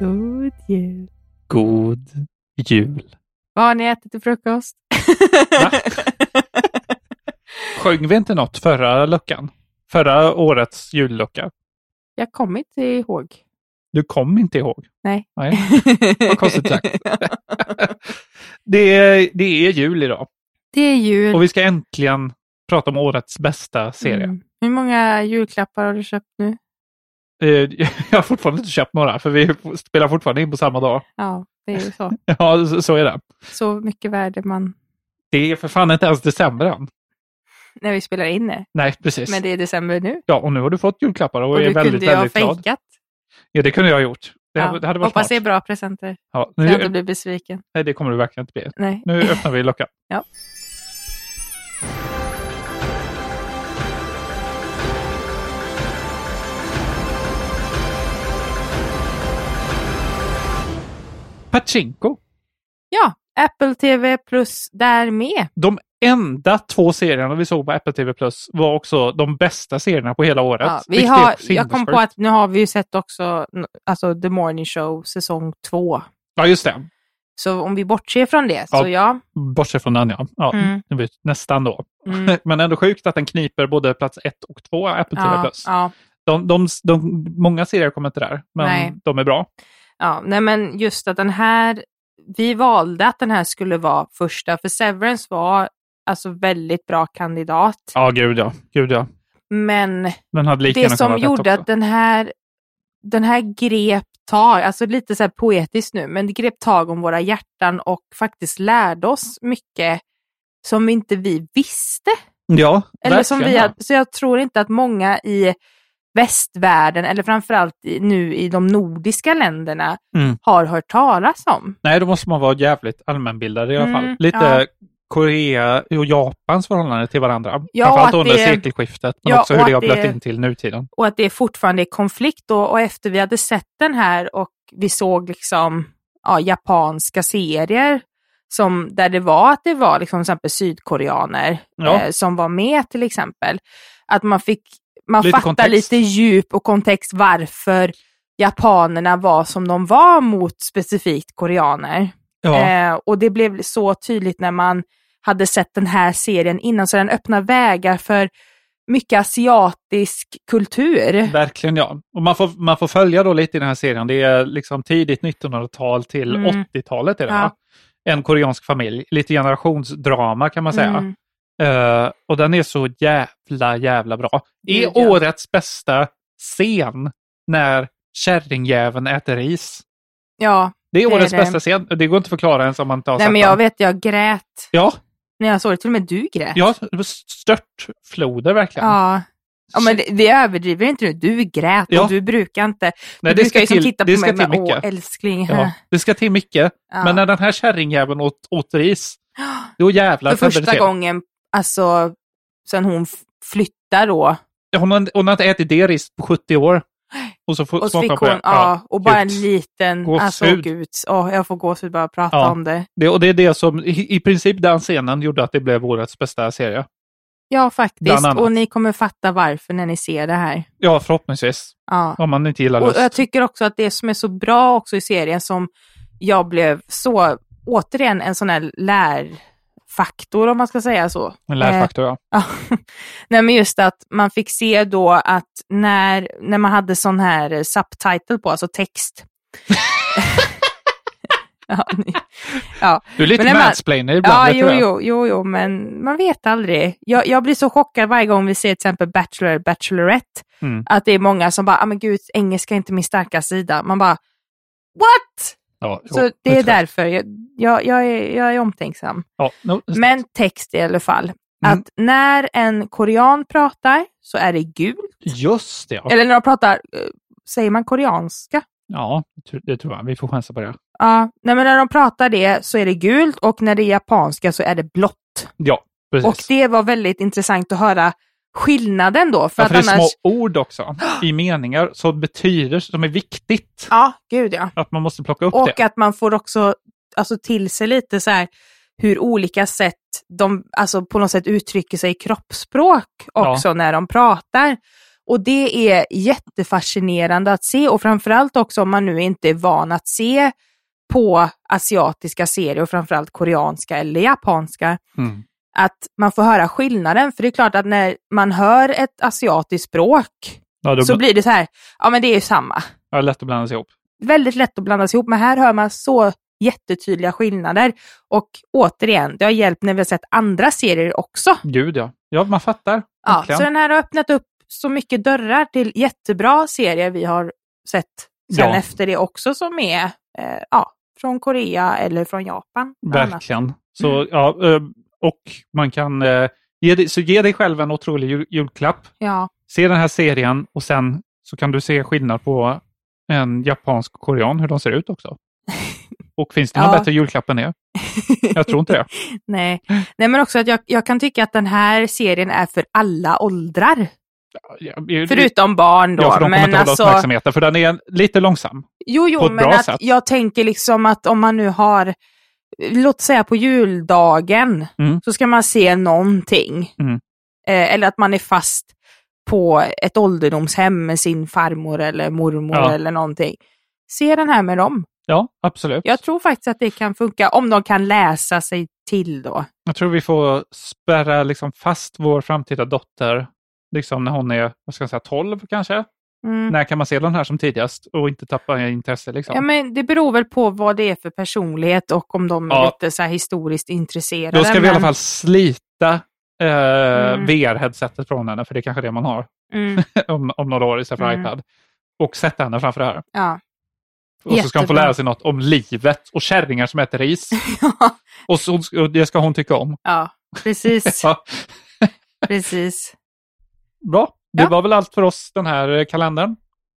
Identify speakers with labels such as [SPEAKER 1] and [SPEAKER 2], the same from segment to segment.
[SPEAKER 1] God jul.
[SPEAKER 2] God jul.
[SPEAKER 1] Vad har ni ätit till frukost?
[SPEAKER 2] Va? Sjöng vi inte något förra luckan? Förra årets jullucka?
[SPEAKER 1] Jag kommer inte ihåg.
[SPEAKER 2] Du kom inte ihåg?
[SPEAKER 1] Nej.
[SPEAKER 2] Nej. Vad konstigt sagt. det, är, det är jul idag
[SPEAKER 1] Det är jul.
[SPEAKER 2] och vi ska äntligen prata om årets bästa serie.
[SPEAKER 1] Mm. Hur många julklappar har du köpt nu?
[SPEAKER 2] Eh, Jag har fortfarande inte köpt några för vi spelar fortfarande in på samma dag.
[SPEAKER 1] Ja, det är ju så.
[SPEAKER 2] Ja, så- så är det.
[SPEAKER 1] Så mycket värde man...
[SPEAKER 2] Det är för fan inte ens december än.
[SPEAKER 1] När vi spelar in det.
[SPEAKER 2] Nej, precis.
[SPEAKER 1] Men det är december nu.
[SPEAKER 2] Ja, och nu har du fått julklappar och,
[SPEAKER 1] Och
[SPEAKER 2] är
[SPEAKER 1] du
[SPEAKER 2] väldigt,
[SPEAKER 1] kunde ju ha
[SPEAKER 2] väldigt glad.
[SPEAKER 1] fejkat.
[SPEAKER 2] Ja, det kunde jag ha gjort. Det,
[SPEAKER 1] Ja,
[SPEAKER 2] hade- det hade varit
[SPEAKER 1] Hoppas det är
[SPEAKER 2] smart.
[SPEAKER 1] bra presenter.
[SPEAKER 2] Ja,
[SPEAKER 1] Så jag inte
[SPEAKER 2] nu,
[SPEAKER 1] blir besviken.
[SPEAKER 2] nej, det kommer du verkligen inte bli.
[SPEAKER 1] Nej.
[SPEAKER 2] Nu öppnar vi luckan.
[SPEAKER 1] Ja.
[SPEAKER 2] Pachinko.
[SPEAKER 1] Ja, Apple TV Plus där med.
[SPEAKER 2] De enda två serierna vi såg på Apple TV Plus var också de bästa serierna på hela året.
[SPEAKER 1] Ja, vi
[SPEAKER 2] vilket
[SPEAKER 1] har,
[SPEAKER 2] är
[SPEAKER 1] jag kom på
[SPEAKER 2] sinnessjukt.
[SPEAKER 1] att nu har vi ju sett också alltså, The Morning Show säsong två.
[SPEAKER 2] Ja, just det.
[SPEAKER 1] Så om vi bortser från det,
[SPEAKER 2] Ja.
[SPEAKER 1] så ja.
[SPEAKER 2] Bortsett från den, ja. ja
[SPEAKER 1] Mm.
[SPEAKER 2] det var ju Nästan då.
[SPEAKER 1] Mm.
[SPEAKER 2] Men ändå sjukt att den kniper både plats ett och två Apple TV
[SPEAKER 1] Ja,
[SPEAKER 2] Plus.
[SPEAKER 1] ja,
[SPEAKER 2] De, de, de, många serier kommer inte där, men
[SPEAKER 1] Nej.
[SPEAKER 2] de är bra.
[SPEAKER 1] ja. Nej, men just att den här, vi valde att den här skulle vara första, för Severance var alltså väldigt bra kandidat.
[SPEAKER 2] Ja, gud ja. Gud, ja.
[SPEAKER 1] Men
[SPEAKER 2] Den hade lika
[SPEAKER 1] det
[SPEAKER 2] gärna
[SPEAKER 1] som
[SPEAKER 2] kunnat vara rätt
[SPEAKER 1] gjorde
[SPEAKER 2] också.
[SPEAKER 1] att den här, den här grep tag, alltså lite så här poetiskt nu, men det grep tag om våra hjärtan och faktiskt lärde oss mycket som inte vi visste.
[SPEAKER 2] Ja,
[SPEAKER 1] Eller som
[SPEAKER 2] verkligen,
[SPEAKER 1] vi
[SPEAKER 2] ja.
[SPEAKER 1] har, så jag tror inte att många i västvärlden, eller framförallt i, nu i de nordiska länderna,
[SPEAKER 2] Mm.
[SPEAKER 1] har hört talas om.
[SPEAKER 2] Nej, då måste man vara jävligt allmänbildad i alla fall.
[SPEAKER 1] Mm,
[SPEAKER 2] Lite
[SPEAKER 1] ja.
[SPEAKER 2] Korea och Japans förhållande till varandra.
[SPEAKER 1] Ja,
[SPEAKER 2] Framförallt
[SPEAKER 1] och att
[SPEAKER 2] under
[SPEAKER 1] det-
[SPEAKER 2] sekelskiftet, men
[SPEAKER 1] Ja,
[SPEAKER 2] också
[SPEAKER 1] och
[SPEAKER 2] hur det har
[SPEAKER 1] att
[SPEAKER 2] blivit
[SPEAKER 1] det-
[SPEAKER 2] in till nutiden.
[SPEAKER 1] Och att det fortfarande är konflikt. Och, och efter vi hade sett den här och vi såg liksom ja, japanska serier som, där det var att det var liksom, till exempel sydkoreaner
[SPEAKER 2] Ja.
[SPEAKER 1] eh, som var med till exempel. Att man fick man
[SPEAKER 2] Lite
[SPEAKER 1] fattar
[SPEAKER 2] kontext.
[SPEAKER 1] lite djup och kontext varför japanerna var som de var mot specifikt koreaner.
[SPEAKER 2] Ja,
[SPEAKER 1] Eh, och det blev så tydligt när man hade sett den här serien innan, så den öppnar vägar för mycket asiatisk kultur.
[SPEAKER 2] verkligen ja. Och man får, man får följa då lite i den här serien. Det är liksom tidigt 1900-tal till
[SPEAKER 1] Mm.
[SPEAKER 2] 80-talet. Är det,
[SPEAKER 1] Ja.
[SPEAKER 2] va? En koreansk familj. Lite generationsdrama kan man säga.
[SPEAKER 1] Mm.
[SPEAKER 2] Eh, och den är så jävla, jävla bra. Är
[SPEAKER 1] Gud, ja.
[SPEAKER 2] årets bästa scen när kärringjäveln äter ris.
[SPEAKER 1] Ja,
[SPEAKER 2] Det är
[SPEAKER 1] Det är
[SPEAKER 2] årets
[SPEAKER 1] det.
[SPEAKER 2] bästa scen. Det går inte att förklara ens om man inte har
[SPEAKER 1] nej
[SPEAKER 2] sett
[SPEAKER 1] men jag
[SPEAKER 2] den.
[SPEAKER 1] vet, jag grät
[SPEAKER 2] Ja,
[SPEAKER 1] när jag såg det. Till och med du grät.
[SPEAKER 2] ja, det var störtfloder verkligen.
[SPEAKER 1] ja. Ja, men det- vi överdriver inte nu. Du grät
[SPEAKER 2] Ja.
[SPEAKER 1] och du brukar inte...
[SPEAKER 2] Nej,
[SPEAKER 1] du
[SPEAKER 2] det
[SPEAKER 1] brukar
[SPEAKER 2] ska
[SPEAKER 1] ju som
[SPEAKER 2] till,
[SPEAKER 1] titta
[SPEAKER 2] det
[SPEAKER 1] på
[SPEAKER 2] ska
[SPEAKER 1] mig
[SPEAKER 2] till
[SPEAKER 1] med åh
[SPEAKER 2] mycket.
[SPEAKER 1] älskling.
[SPEAKER 2] Ja, det ska till mycket.
[SPEAKER 1] Ja.
[SPEAKER 2] Men när den här kärringjäveln åt, åt ris, då jävlar
[SPEAKER 1] För
[SPEAKER 2] tände det
[SPEAKER 1] första
[SPEAKER 2] till.
[SPEAKER 1] gången, alltså, sen hon f- flyttar då.
[SPEAKER 2] Hon har, hon har inte ätit det ris på 70 år. Och så, får,
[SPEAKER 1] Och så fick
[SPEAKER 2] smakar
[SPEAKER 1] hon,
[SPEAKER 2] på
[SPEAKER 1] ja,
[SPEAKER 2] det. Ja.
[SPEAKER 1] och bara en
[SPEAKER 2] gud.
[SPEAKER 1] liten, alltså
[SPEAKER 2] Gåshud.
[SPEAKER 1] gud, åh, jag får gåshud bara att prata
[SPEAKER 2] Ja.
[SPEAKER 1] om det.
[SPEAKER 2] Det, och det är det som, i, i princip den scenen gjorde att det blev årets bästa serie.
[SPEAKER 1] Ja,
[SPEAKER 2] Bland
[SPEAKER 1] faktiskt.
[SPEAKER 2] annat.
[SPEAKER 1] Och ni kommer fatta varför när ni ser det här.
[SPEAKER 2] Ja, förhoppningsvis.
[SPEAKER 1] Ja.
[SPEAKER 2] Om man inte gillar
[SPEAKER 1] Och
[SPEAKER 2] lust.
[SPEAKER 1] jag tycker också att det som är så bra också i serien som jag blev så, återigen en sån här lärfaktor om man ska säga så. Eh,
[SPEAKER 2] En lärfaktor, ja.
[SPEAKER 1] Ja. Nej, men just att man fick se då att när, när man hade sån här eh, subtitle på, alltså text. ja, ni, Ja.
[SPEAKER 2] Du är lite
[SPEAKER 1] Men när man-
[SPEAKER 2] mansplainer ibland.
[SPEAKER 1] Ja,
[SPEAKER 2] vet du
[SPEAKER 1] jo,
[SPEAKER 2] det?
[SPEAKER 1] jo, jo, jo, men man vet aldrig. Jag, jag blir så chockad varje gång vi ser till exempel Bachelor, Bachelorette,
[SPEAKER 2] Mm.
[SPEAKER 1] att det är många som bara, ah, men gud, engelska är inte min starka sida. Man bara, what?
[SPEAKER 2] Ja, jo,
[SPEAKER 1] så det
[SPEAKER 2] tror
[SPEAKER 1] är
[SPEAKER 2] jag.
[SPEAKER 1] därför jag, jag, jag, är, jag är omtänksam.
[SPEAKER 2] Ja, no,
[SPEAKER 1] Men text i alla fall.
[SPEAKER 2] Mm.
[SPEAKER 1] Att när en korean pratar så är det gul.
[SPEAKER 2] Just det. Ja.
[SPEAKER 1] Eller när de pratar, eh, säger man koreanska?
[SPEAKER 2] ja, det tror- det tror jag. Vi får chansa på det.
[SPEAKER 1] Ja, nej, men när de pratar det så är det gult och när det är japanska så är det blått.
[SPEAKER 2] Ja, precis.
[SPEAKER 1] Och det var väldigt intressant att höra skillnaden då. För
[SPEAKER 2] ja,
[SPEAKER 1] att
[SPEAKER 2] för det är
[SPEAKER 1] annars...
[SPEAKER 2] små ord också i meningar som betyder, som är viktigt.
[SPEAKER 1] Ja, gud ja.
[SPEAKER 2] Att man måste plocka upp
[SPEAKER 1] Och
[SPEAKER 2] det.
[SPEAKER 1] att man får också alltså, till sig lite så här hur olika sätt de alltså, på något sätt uttrycker sig i kroppsspråk också när de pratar. Och det är jättefascinerande att se och framförallt också om man nu inte är van att se på asiatiska serier och framförallt koreanska eller japanska.
[SPEAKER 2] Mm.
[SPEAKER 1] Att man får höra skillnaden för det är klart att när man hör ett asiatiskt språk
[SPEAKER 2] Ja, då
[SPEAKER 1] så
[SPEAKER 2] bl-
[SPEAKER 1] blir det så här, ja men det är ju samma.
[SPEAKER 2] ja, lätt att blanda sig ihop.
[SPEAKER 1] Väldigt lätt att blandas ihop, men här hör man så jättetydliga skillnader. Och återigen, det har hjälpt när vi har sett andra serier också.
[SPEAKER 2] Gud, ja. Ja, man fattar.
[SPEAKER 1] Ja,
[SPEAKER 2] Verkligen.
[SPEAKER 1] så den här har öppnat upp så mycket dörrar till jättebra serier vi har sett sen
[SPEAKER 2] Ja.
[SPEAKER 1] efter det också som är eh, ja, från Korea eller från Japan. bland annat. Mm.
[SPEAKER 2] Verkligen. Så, ja, eh, och man kan... eh, Ge dig, så ge dig själv en otrolig jul, julklapp.
[SPEAKER 1] Ja,
[SPEAKER 2] Se den här serien och sen så kan du se skillnad på en japansk och korean, hur de ser ut också. Och finns det någon
[SPEAKER 1] Ja.
[SPEAKER 2] bättre julklapp än det? Jag tror inte det.
[SPEAKER 1] nej. nej, men också att jag, jag kan tycka att den här serien är för alla åldrar.
[SPEAKER 2] Jag-
[SPEAKER 1] Förutom barn då.
[SPEAKER 2] Ja, för de kommer
[SPEAKER 1] men
[SPEAKER 2] inte hålla
[SPEAKER 1] alltså,
[SPEAKER 2] uppmärksamheten, för den är lite långsam.
[SPEAKER 1] Jo,
[SPEAKER 2] på
[SPEAKER 1] jo,
[SPEAKER 2] ett
[SPEAKER 1] men
[SPEAKER 2] bra
[SPEAKER 1] att
[SPEAKER 2] sätt.
[SPEAKER 1] jag tänker liksom att om man nu har, låt säga på juldagen,
[SPEAKER 2] Mm.
[SPEAKER 1] så ska man se någonting.
[SPEAKER 2] Mm.
[SPEAKER 1] Eh, eller att man är fast på ett ålderdomshem med sin farmor eller mormor
[SPEAKER 2] Ja.
[SPEAKER 1] eller någonting. Se den här med dem.
[SPEAKER 2] Ja, absolut. Jag,
[SPEAKER 1] Jag tror faktiskt att det kan funka, om de kan läsa sig till då.
[SPEAKER 2] tror vi får spärra liksom fast vår framtida dotter, liksom när hon är, vad ska jag säga, 12 kanske?
[SPEAKER 1] Mm.
[SPEAKER 2] När kan man se den här som tidigast och inte tappa intresse liksom?
[SPEAKER 1] Ja, men det beror väl på vad det är för personlighet och om de är
[SPEAKER 2] Ja.
[SPEAKER 1] lite så här historiskt intresserade.
[SPEAKER 2] Då ska vi i alla
[SPEAKER 1] men-
[SPEAKER 2] fall slita eh,
[SPEAKER 1] Mm.
[SPEAKER 2] VR-headsetet från henne, för det är kanske det man har
[SPEAKER 1] Mm,
[SPEAKER 2] om, om några år istället för
[SPEAKER 1] Mm.
[SPEAKER 2] iPad. Och sätta henne framför det här.
[SPEAKER 1] ja.
[SPEAKER 2] Och så ska hon få
[SPEAKER 1] Jättebra.
[SPEAKER 2] lära sig något om livet och kärringar som äter ris.
[SPEAKER 1] ja,
[SPEAKER 2] och, så, och det ska hon tycka om.
[SPEAKER 1] ja, precis.
[SPEAKER 2] Ja.
[SPEAKER 1] precis.
[SPEAKER 2] Bra, det
[SPEAKER 1] Ja.
[SPEAKER 2] var väl allt för oss den här eh, kalendern.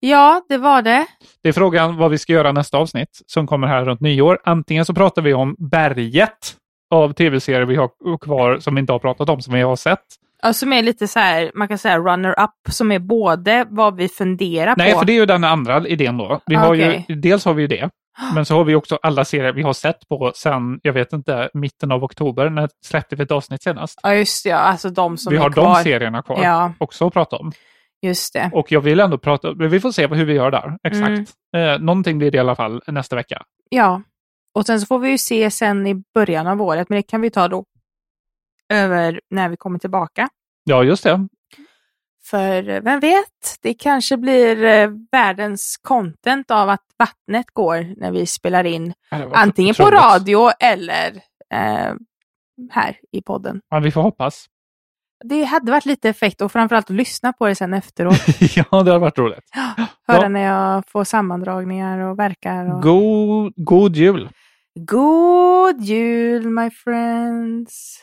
[SPEAKER 1] Ja, det var det.
[SPEAKER 2] Det är frågan vad vi ska göra nästa avsnitt som kommer här runt nyår. Antingen så pratar vi om berget av tv-serier vi har kvar som vi inte har pratat om, som vi har sett.
[SPEAKER 1] Ja, som är lite så här, man kan säga runner-up, som är både vad vi funderar
[SPEAKER 2] Nej,
[SPEAKER 1] på.
[SPEAKER 2] för det är ju den andra idén då. Vi har
[SPEAKER 1] Okej.
[SPEAKER 2] ju, dels har vi ju det, men så har vi också alla serier vi har sett på sen, jag vet inte, mitten av oktober. När släppte vi ett avsnitt senast?
[SPEAKER 1] Ja, just det. Ja, alltså de som
[SPEAKER 2] vi
[SPEAKER 1] är
[SPEAKER 2] har
[SPEAKER 1] kvar.
[SPEAKER 2] de serierna kvar
[SPEAKER 1] Ja,
[SPEAKER 2] också att prata om.
[SPEAKER 1] just det.
[SPEAKER 2] Och jag vill ändå prata, men vi får se hur vi gör där. Exakt.
[SPEAKER 1] Mm.
[SPEAKER 2] Eh, någonting blir det i alla fall nästa vecka.
[SPEAKER 1] Ja. Och sen så får vi ju se sen i början av året, men det kan vi ta då. Över när vi kommer tillbaka.
[SPEAKER 2] Ja, just det.
[SPEAKER 1] För eh, vem vet, det kanske blir eh, världens content av att vattnet går när vi spelar in.
[SPEAKER 2] Ja, det var
[SPEAKER 1] Antingen på
[SPEAKER 2] otroligt.
[SPEAKER 1] radio eller eh, här i podden.
[SPEAKER 2] Ja, vi får hoppas.
[SPEAKER 1] Det hade varit lite effekt och framförallt att lyssna på det sen efteråt.
[SPEAKER 2] ja, det hade varit roligt.
[SPEAKER 1] Höra
[SPEAKER 2] Ja.
[SPEAKER 1] när jag får sammandragningar och verkar. Och...
[SPEAKER 2] God, god jul.
[SPEAKER 1] God jul my friends!